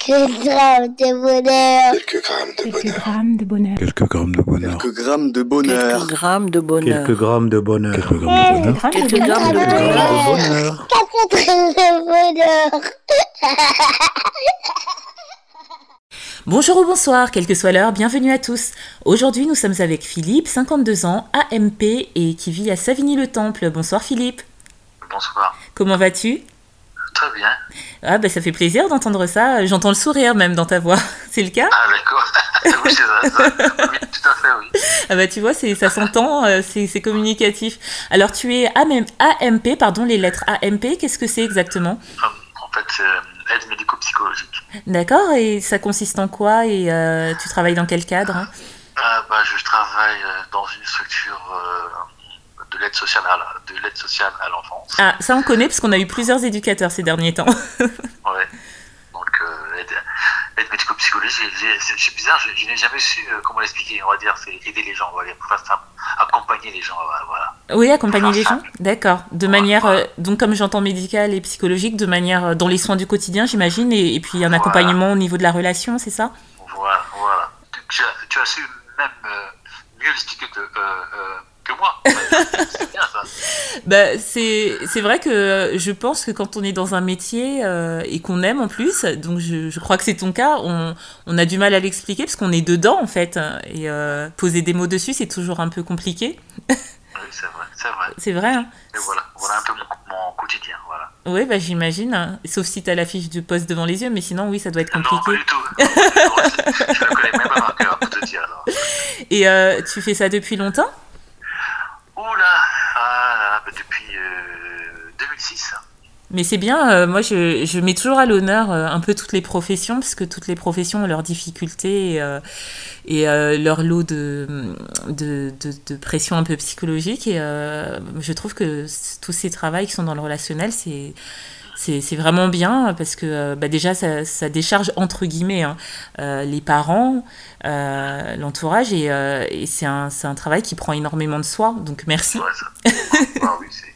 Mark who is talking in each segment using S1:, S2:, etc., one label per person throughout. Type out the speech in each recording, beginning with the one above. S1: Quelques grammes de bonheur.
S2: Quelques grammes de
S3: Quelques
S2: bonheur.
S3: grammes de bonheur.
S4: Quelques grammes de bonheur.
S5: Quelques grammes de
S6: Quelques
S5: bonheur.
S6: grammes de bonheur.
S7: Quelques grammes de bonheur.
S4: Quelques grammes de bonheur.
S3: Quelques
S6: Quelques
S3: grammes
S6: grammes
S3: de
S6: de
S3: bonheur.
S7: bonheur.
S1: Quatre grammes de bonheur.
S8: Bonjour ou bonsoir, quelle que soit l'heure, bienvenue à tous. Aujourd'hui, nous sommes avec Philippe, 52 ans, AMP et qui vit à Savigny-le-Temple. Bonsoir Philippe,
S9: Bonsoir.
S8: comment vas-tu
S9: Très bien.
S8: Ah ben ça fait plaisir d'entendre ça, j'entends le sourire même dans ta voix, c'est le cas
S9: Ah d'accord. oui, c'est ça, ça. Oui, tout à fait, oui.
S8: Ah bah tu vois, c'est, ça s'entend, euh, c'est, c'est communicatif. Alors tu es AM AMP, pardon, les lettres AMP, qu'est-ce que c'est exactement
S9: Enfin, en fait, c'est euh, aide médico-psychologique.
S8: D'accord, et ça consiste en quoi et euh, tu travailles dans quel cadre hein
S9: Euh, bah, je travaille euh, dans une structure euh, de l'aide sociale à la- de l'aide sociale à l'enfance.
S8: Ah, ça on connaît parce qu'on a eu plusieurs éducateurs ces derniers temps.
S9: Ouais. Donc euh, aide, aide médico-psychologique, j'ai- j'ai- c'est c'est bizarre, je, je n'ai jamais su euh, comment l'expliquer. On va dire, c'est aider les gens, on va dire, pour faire simple. accompagner les gens, voilà, voilà.
S8: Oui, accompagner les gens. D'accord. De manière, euh, donc comme j'entends médicale et psychologique, de manière euh, dans les soins du quotidien, j'imagine, et, et puis un accompagnement au niveau de la relation, c'est ça
S9: Voilà, voilà. Tu, tu as, tu as su même euh, mieux l'expliquer que, euh, euh, que moi. c'est bien ça.
S8: bah, c'est, c'est vrai que euh, je pense que quand on est dans un métier euh, et qu'on aime en plus, donc je, je crois que c'est ton cas, on, on a du mal à l'expliquer parce qu'on est dedans en fait. Et euh, poser des mots dessus, c'est toujours un peu compliqué.
S9: Oui, c'est vrai, c'est vrai.
S8: C'est vrai. Hein
S9: Et voilà, voilà un peu mon, mon quotidien, voilà.
S8: oui, bah, j'imagine. hein. Sauf si tu as la fiche du poste devant les yeux, mais sinon, oui, ça doit être
S9: Ah Non, pas
S8: compliqué.
S9: du tout. Non, je ne connais même pas par cœur, pour te dire. Alors.
S8: Et euh, tu fais ça depuis longtemps
S9: Ouh là, ah, là, bah, depuis euh, 2006.
S8: Mais c'est bien, euh, moi je, je mets toujours à l'honneur euh, un peu toutes les professions, parce que toutes les professions ont leurs difficultés et, euh, et, euh, leur lot de, de, de- de pression un peu psychologique. Et euh, je trouve que c- tous ces travails qui sont dans le relationnel, c'est... C'est c'est vraiment bien parce que euh, bah, déjà ça, ça décharge entre guillemets hein, euh, les parents, euh, l'entourage et, euh, et c'est un, c'est un travail qui prend énormément de soi. Donc merci.
S9: Ouais, ça. Ah oui, c'est.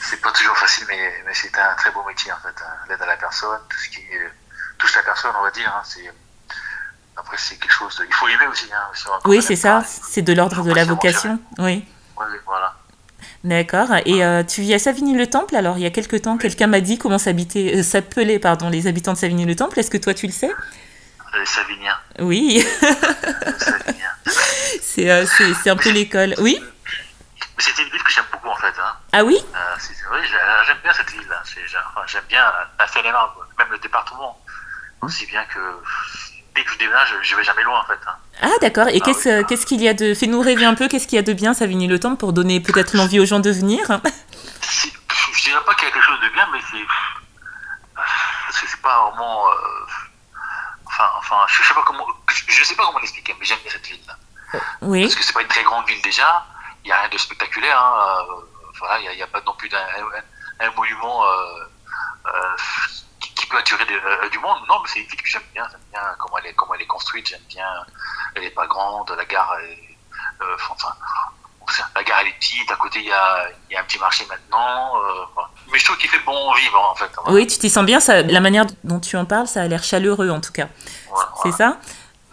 S9: C'est pas toujours facile, mais, mais c'est un très beau métier en fait. hein. L'aide à la personne, tout ce qui euh, touche la personne, on va dire. hein, c'est- Après, c'est quelque chose. de- Il faut aimer aussi. hein, si on va
S8: Oui
S9: connaître,
S8: c'est ça,
S9: hein.
S8: c'est de l'ordre de la vocation. Oui.
S9: Ouais, oui, voilà.
S8: D'accord. Et euh, tu vis à Savigny-le-Temple, alors il y a quelque temps, quelqu'un m'a dit comment s'habiter- euh, s'appelaient pardon, les habitants de Savigny-le-Temple. Est-ce que toi tu le sais
S9: Les Saviniens.
S8: Oui,
S9: les Saviniens.
S8: c'est euh, c'est- c'est un peu l'école. Oui
S9: Mais c'était une ville que j'aime beaucoup en fait. Hein.
S8: Ah oui
S9: Euh, c'est- c'est vrai, j'ai- j'aime bien cette ville. hein. C'est- j'ai- enfin, j'aime bien la Seine-et-Marne, quoi. même le département. Aussi bien que pff, dès que je déménage, je vais jamais loin en fait. hein.
S8: Ah d'accord. Et
S9: Ah
S8: qu'est-ce
S9: oui.
S8: euh, qu'est-ce qu'il y a de... Fais-nous rêver un peu, qu'est-ce qu'il y a de bien Savigny-le-Temple pour donner peut-être l'envie aux gens de venir
S9: C'est- pff, Je dirais pas qu'il y a quelque chose de bien, mais c'est. pff, parce que C'est pas vraiment. euh, Enfin, enfin, je je sais pas comment, je- je sais pas comment l'expliquer, mais j'aime bien cette ville.
S8: Oui.
S9: Parce que c'est pas une très grande ville déjà. Il n'y a rien de spectaculaire. hein, euh, voilà, il n'y a, il y a pas non plus d'un un- un monument euh, euh, qui, qui peut attirer des- euh, du monde. Non, mais c'est une ville que j'aime bien. J'aime bien comment elle est, comment elle est construite. J'aime bien. Elle n'est pas grande. La gare est. euh, enfin, la gare elle est petite. À côté, il y a, il y a un petit marché maintenant. euh, voilà. Mais je trouve qu'il fait bon vivre en fait.
S8: Oui, tu t'y sens bien. Ça, la manière dont tu en parles, ça a l'air chaleureux en tout cas.
S9: Voilà,
S8: C'est
S9: voilà.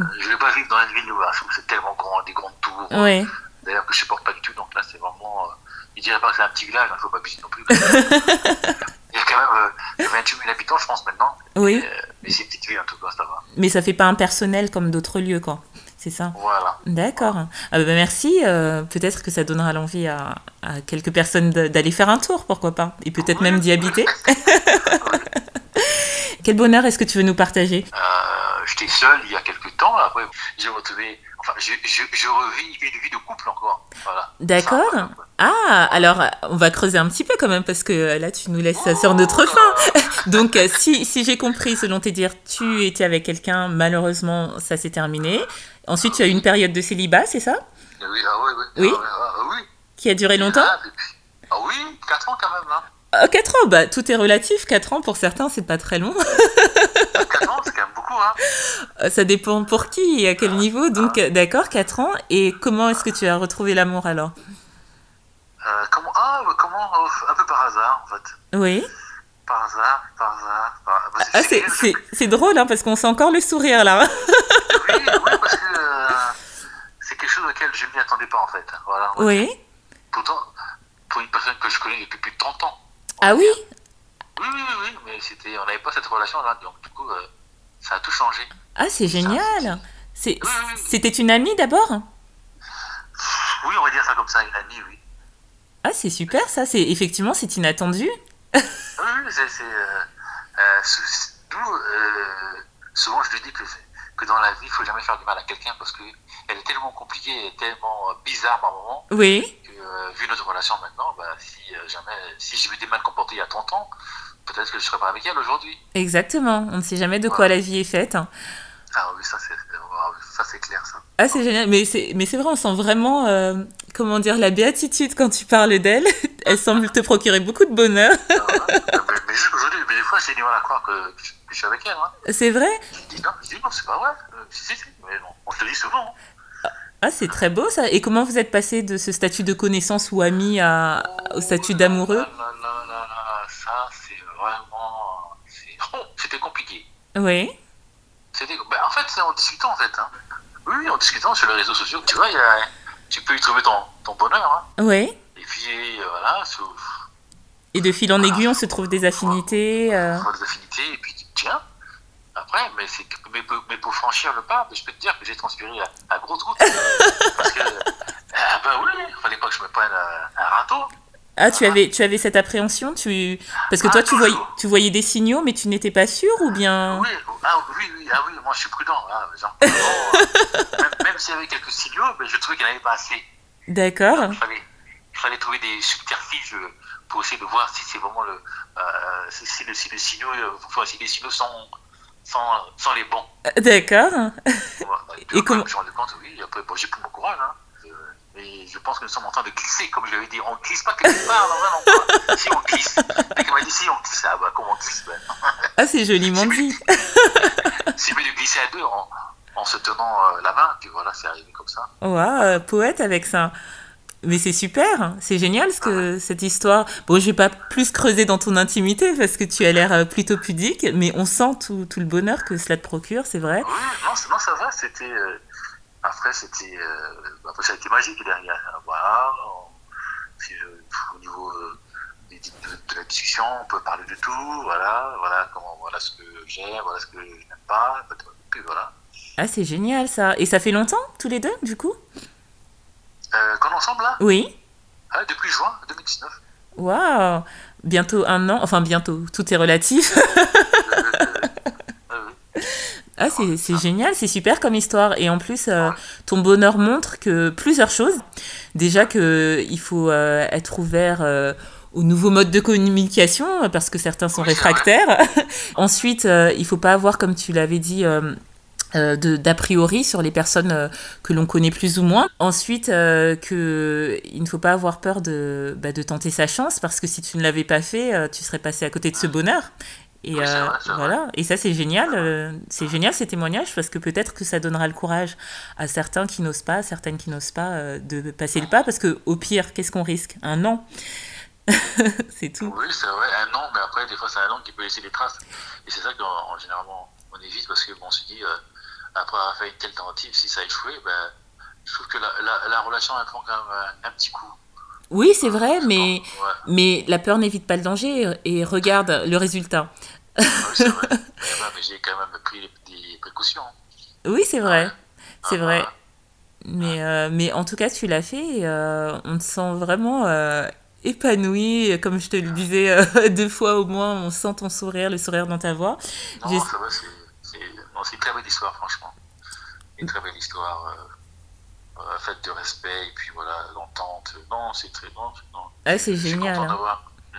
S8: ça
S9: Je ne vais pas vivre dans une ville où, où c'est tellement grand, des grandes tours.
S8: Oui.
S9: d'ailleurs que je supporte pas du tout. Donc là, c'est vraiment. euh, je dirais pas que c'est un petit village, il faut pas abuser non plus. parce que- Il y a quand même euh, 28 000 habitants, je pense, maintenant.
S8: Oui.
S9: Euh, mais c'est une petite ville, en tout cas, ça va.
S8: Mais ça fait pas impersonnel comme d'autres lieux, quoi. C'est ça
S9: Voilà.
S8: D'accord. Ah bah merci. euh, peut-être que ça donnera l'envie à, à quelques personnes de- d'aller faire un tour, pourquoi pas. Et peut-être même d'y habiter. Quel bonheur est-ce que tu veux nous partager
S9: Euh, J'étais seul il y a quelques temps. Après, j'ai retrouvé. Enfin, je, je, je revis une vie de couple encore. Voilà.
S8: D'accord.
S9: Ça, voilà.
S8: Ah, alors euh, on va creuser un petit peu quand même parce que euh, là tu nous laisses euh, sur notre fin. Donc euh, si, si j'ai compris selon tes dires, tu étais avec quelqu'un, malheureusement ça s'est terminé. Ensuite tu as eu une période de célibat, c'est ça
S9: Euh, Oui, ah, oui, oui.
S8: Oui.
S9: Ah, ah, oui.
S8: Qui a duré longtemps
S9: Ah, depuis- ah oui, 4 ans quand même. Hein.
S8: Ah, Quatre 4 ans, bah tout est relatif, 4 ans pour certains c'est pas très long.
S9: 4 ans, c'est quand même beaucoup. Hein.
S8: Euh, Ça dépend pour qui et à quel niveau. Donc, euh, d'accord, 4 ans. Et comment est-ce que tu as retrouvé l'amour alors
S9: Euh, comment, ah, comment, euh, un peu par hasard, en fait.
S8: Oui.
S9: Par hasard, par hasard. Par... bah,
S8: Ah, c'est-
S9: génial.
S8: c'est c'est drôle, hein, parce qu'on sent encore le sourire là.
S9: Oui, oui, parce que euh, c'est quelque chose auquel je ne m'y attendais pas en fait. Voilà.
S8: Oui.
S9: Pourtant, pour une personne que je connais depuis plus de 30 ans.
S8: Ah oui
S9: Oui, oui, oui, oui, mais c'était, on n'avait pas cette relation-là, donc du coup, euh, ça a tout changé.
S8: Ah, c'est génial C'est-
S9: Oui, oui, oui.
S8: C'était une amie d'abord
S9: Oui, on va dire ça comme ça, une amie, oui.
S8: Ah, c'est super ça, c'est effectivement, c'est inattendu.
S9: Oui, oui, c'est. c'est, euh, euh, sou- d'où, euh, souvent, je lui dis que, que dans la vie, il faut jamais faire du mal à quelqu'un parce que elle est tellement compliquée et tellement euh, bizarre par moment
S8: Oui.
S9: que, euh, vu notre relation maintenant, bah, si euh, jamais, si j'ai eu des mal comportés il y a 30 ans, peut-être que je serais pas avec elle aujourd'hui.
S8: Exactement, on ne sait jamais de quoi la vie est faite. hein.
S9: Ah oui, ça, c'est, ah oui, ça, c'est clair, ça.
S8: Ah, c'est génial, mais c'est mais c'est vrai, on sent vraiment, euh, comment dire, la béatitude quand tu parles d'elle. Elle semble te procurer beaucoup de bonheur.
S9: Euh, mais, mais jusqu'aujourd'hui, mais des fois, j'ai du mal à croire que, que je suis avec elle. Hein.
S8: C'est vrai
S9: Je dis non, je dis non, c'est pas vrai. Euh, si, si, si, mais bon, on se le dit souvent. hein.
S8: Ah, c'est très beau ça. Et comment vous êtes passé de ce statut de connaissance ou ami à, au statut
S9: Oh là
S8: d'amoureux
S9: là là là là là, Ça, c'est vraiment. c'est- oh, C'était compliqué.
S8: Oui.
S9: C'était- ben, en fait, c'est en discutant, en fait. hein. Oui, oui, en discutant sur les réseaux sociaux. Tu vois, il y a- tu peux y trouver ton, ton bonheur. hein.
S8: Oui.
S9: Et puis, euh, voilà, sous
S8: Et de fil en aiguille, on se trouve des affinités. euh.
S9: des affinités. Et puis, tiens, après, mais, c'est- mais, pour- mais pour franchir le pas, je peux te dire que j'ai transpiré à, à grosses gouttes. parce que, ah ben oui, il fallait pas que je me prenne euh, un râteau.
S8: Ah, tu avais, tu avais cette appréhension tu... Parce que
S9: Ah,
S8: toi, tu voyais,
S9: toujours.
S8: tu voyais des signaux, mais tu n'étais pas sûr ou bien.
S9: Oui, ah, oui, oui, ah oui, moi je suis prudent. hein, genre, vraiment, euh, même même s'il y avait quelques signaux, ben, je trouvais qu'il n'y en avait pas assez.
S8: D'accord.
S9: Il fallait, il fallait trouver des subterfuges euh, pour essayer de voir si c'est vraiment le, euh, si, si le, si le signaux, euh, faut- si les signaux sont, sont, sont les bons.
S8: D'accord.
S9: Et
S8: comment-
S9: Je me suis rendu compte, oui, après, bon, j'ai pris mon courage. Hein, euh, mais je pense que nous sommes en train de glisser, comme je l'avais dit. On glisse pas quelque part dans un endroit. si on glisse. Et m'a dit, si on glisse, ah bah comment on glisse ben,
S8: Ah, c'est joliment dit.
S9: C'est mieux de glisser à deux en, en se tenant euh, la main, puis voilà, c'est arrivé comme ça.
S8: Oh, Waouh, euh, poète avec ça. Mais c'est super, hein. c'est génial ce que, cette histoire. Bon, je vais pas plus creuser dans ton intimité parce que tu as l'air euh, plutôt pudique, mais on sent tout, tout le bonheur que cela te procure, c'est vrai.
S9: Oui, non, c'est- non ça va, c'était. euh, après, c'était. euh, après, ça a été magique derrière. Voilà. on- c'est, euh, pff, au niveau euh, des- des- de, de la discussion, on peut parler de tout, voilà, voilà, comment, voilà ce que j'aime, voilà ce que je n'aime pas, puis voilà.
S8: Ah, c'est génial ça. Et ça fait longtemps, tous les deux, du coup
S9: Euh, quand ensemble là
S8: Oui.
S9: Ah, Depuis juin 2019.
S8: Waouh, bientôt un an, enfin bientôt, tout est relatif.
S9: Euh, euh, euh, oui.
S8: Ah, c'est c'est génial, c'est super comme histoire. Et en plus, euh, ton bonheur montre que plusieurs choses. Déjà que il faut euh, être ouvert euh, aux nouveaux modes de communication, euh, parce que certains sont
S9: Oui, c'est vrai.
S8: réfractaires. Ensuite, euh, il faut pas avoir, comme tu l'avais dit, euh, euh, de- d'a priori sur les personnes euh, que l'on connaît plus ou moins. Ensuite, euh, que il ne faut pas avoir peur de, bah, de tenter sa chance, parce que si tu ne l'avais pas fait, euh, tu serais passé à côté de ce bonheur. Et
S9: Oui, c'est
S8: euh,
S9: vrai, c'est vrai.
S8: voilà, et ça c'est génial, euh, c'est génial ces témoignages parce que peut-être que ça donnera le courage à certains qui n'osent pas, à certaines qui n'osent pas euh, de passer le pas parce que au pire, qu'est-ce qu'on risque Un an. c'est tout.
S9: Oui, c'est vrai, un an, mais après, des fois, c'est un an qui peut laisser des traces. Et c'est ça qu'en en- généralement, on évite parce que bon, on se dit, euh, après avoir fait une telle tentative, si ça a échoué, ben, je trouve que la, la, la relation, elle prend quand même un, un petit coup.
S8: Oui, c'est vrai, mais
S9: Ouais,
S8: mais la peur n'évite pas le danger et regarde le résultat.
S9: ouais, c'est vrai. mais ouais, eh ben, mais j'ai quand même pris des, des précautions.
S8: Oui, c'est vrai. C'est
S9: Ah,
S8: vrai.
S9: ah,
S8: Mais, euh, mais en tout cas, tu l'as fait et euh, on te sent vraiment euh, épanoui. Comme je te le disais euh, deux fois au moins, on sent ton sourire, le sourire dans ta voix.
S9: Non,
S8: J'ai-
S9: ça va, c'est c'est- non, c'est une très belle histoire, franchement. Une très belle histoire, euh, euh, faite de respect, et puis voilà, d'entente. Non, c'est très bon. Non,
S8: Ah, c'est
S9: Je suis
S8: génial.
S9: content
S8: hein.
S9: d'avoir. Mm.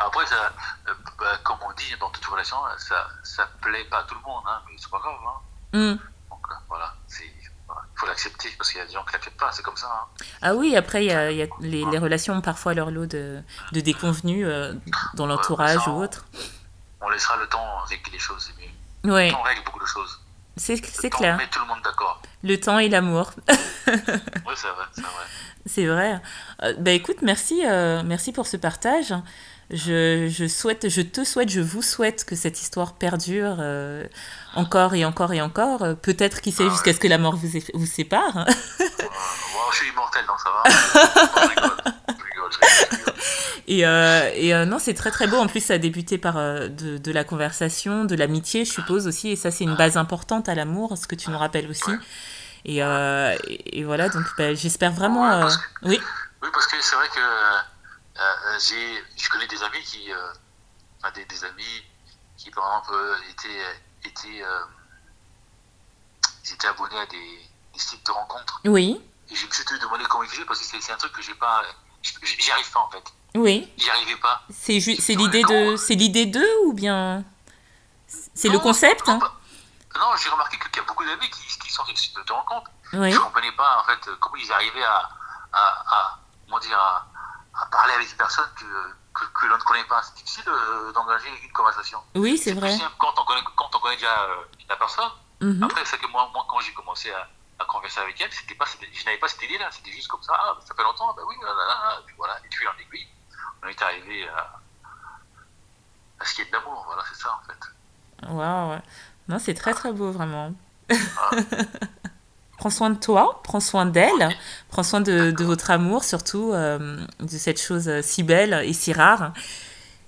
S9: Après, ça, euh, bah, comme on dit dans toute relation, ça ça plaît pas à tout le monde, hein, mais c'est pas grave. Hein.
S8: Mm.
S9: Donc euh, voilà, il faut l'accepter parce qu'il y a des gens qui l'acceptent pas, c'est comme ça. hein.
S8: Ah oui, après, il y a, il y a les, les relations ont parfois leur lot de, de déconvenues euh, dans l'entourage ou autre.
S9: On laissera le temps régler les choses, c'est mieux.
S8: Ouais.
S9: On règle beaucoup de choses.
S8: C'est c'est
S9: Tant
S8: clair.
S9: On met tout le monde d'accord.
S8: Le temps et l'amour.
S9: Oui, c'est vrai, c'est vrai.
S8: C'est vrai. Euh, bah écoute, merci, euh, merci pour ce partage. Je, je souhaite, je te souhaite, je vous souhaite que cette histoire perdure euh, encore et encore et encore. Euh, Peut-être, qui sait,
S9: Ah ouais.
S8: jusqu'à ce que la mort vous, é- vous sépare.
S9: Moi, je suis immortel, donc ça va. Je rigole, je rigole, je rigole.
S8: Et, euh, et, euh, non, c'est très très beau. En plus, ça a débuté par euh, de, de la conversation, de l'amitié, je suppose aussi. Et ça, c'est une base importante à l'amour, ce que tu nous rappelles aussi. Et, euh, et, et voilà, donc bah, j'espère vraiment.
S9: Ouais,
S8: euh,
S9: parce
S8: Oui,
S9: Oui, parce que c'est vrai que euh, euh, j'ai, je connais des amis qui, euh, enfin des, des amis qui par exemple euh, étaient, étaient, euh, ils étaient abonnés à des, des sites de rencontres.
S8: oui,
S9: Et je me suis toujours demandé comment ils faisaient parce que c'est, c'est un truc que j'ai pas, j- j'y arrive pas en fait.
S8: oui.
S9: J'y arrivais pas.
S8: C'est ju- c'est l'idée de c'est l'idée d'eux ou bien c'est le
S9: Non,
S8: concept
S9: non,
S8: hein
S9: pas- Non, j'ai remarqué que- qu'il y a beaucoup d'amis qui, qui sont sur des sites de rencontres.
S8: Oui.
S9: Je comprenais pas en fait euh, comment ils arrivaient à, à, à- comment dire, à, à parler avec des personnes que, que, que l'on ne connaît pas. C'est difficile euh, d'engager une conversation.
S8: Oui, c'est
S9: plus
S8: vrai.
S9: simple quand on connaît, quand on connaît déjà euh, la personne.
S8: Mhm.
S9: Après, c'est que moi, moi quand j'ai commencé à, à converser avec elle, c'était pas, c'était- je n'avais pas cette idée-là. C'était juste comme ça. Ah, ça fait longtemps. Bah oui, là, là, là. Et puis voilà, et puis en aiguille, on est arrivé à, à ce qu'il y ait de l'amour. Voilà, c'est ça en fait.
S8: Waouh. Non, c'est très très beau vraiment. prends soin de toi, prends soin d'elle, prends soin de, de votre amour surtout euh, de cette chose euh, si belle et si rare.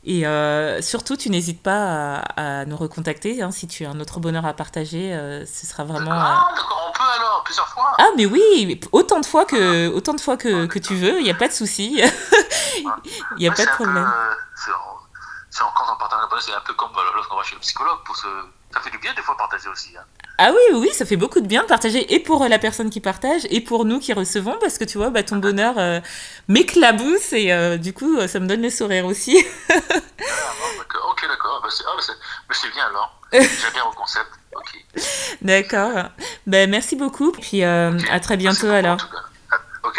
S8: Et euh, surtout, tu n'hésites pas à, à nous recontacter hein, si tu as un autre bonheur à partager. euh, ce sera vraiment. euh,
S9: Ah, d'accord, on peut alors, plusieurs fois.
S8: Ah mais oui, autant de fois que autant de fois que, que tu veux, il n'y a pas de souci. Il n'y a
S9: Ouais,
S8: pas de
S9: c'est un peu,
S8: problème.
S9: euh, c'est- c'est en- quand on partage un bonheur, c'est un peu comme euh, lorsqu'on va chez le psychologue. Pour se... Ça fait du bien des fois partager aussi. hein.
S8: Ah oui, oui, oui, ça fait beaucoup de bien de partager et pour euh, la personne qui partage et pour nous qui recevons parce que tu vois, bah, ton bonheur euh, m'éclabousse et euh, du coup, euh, ça me donne le sourire aussi.
S9: Ah, bon, d'accord. ok, d'accord. Bah, c'est- ah, bah, c'est- mais c'est bien alors. J'aime bien au concept. Ok.
S8: D'accord. Ben merci beaucoup. Puis euh, à très
S9: Merci
S8: bientôt
S9: beaucoup, en
S8: alors.
S9: tout cas. Ah, Ok,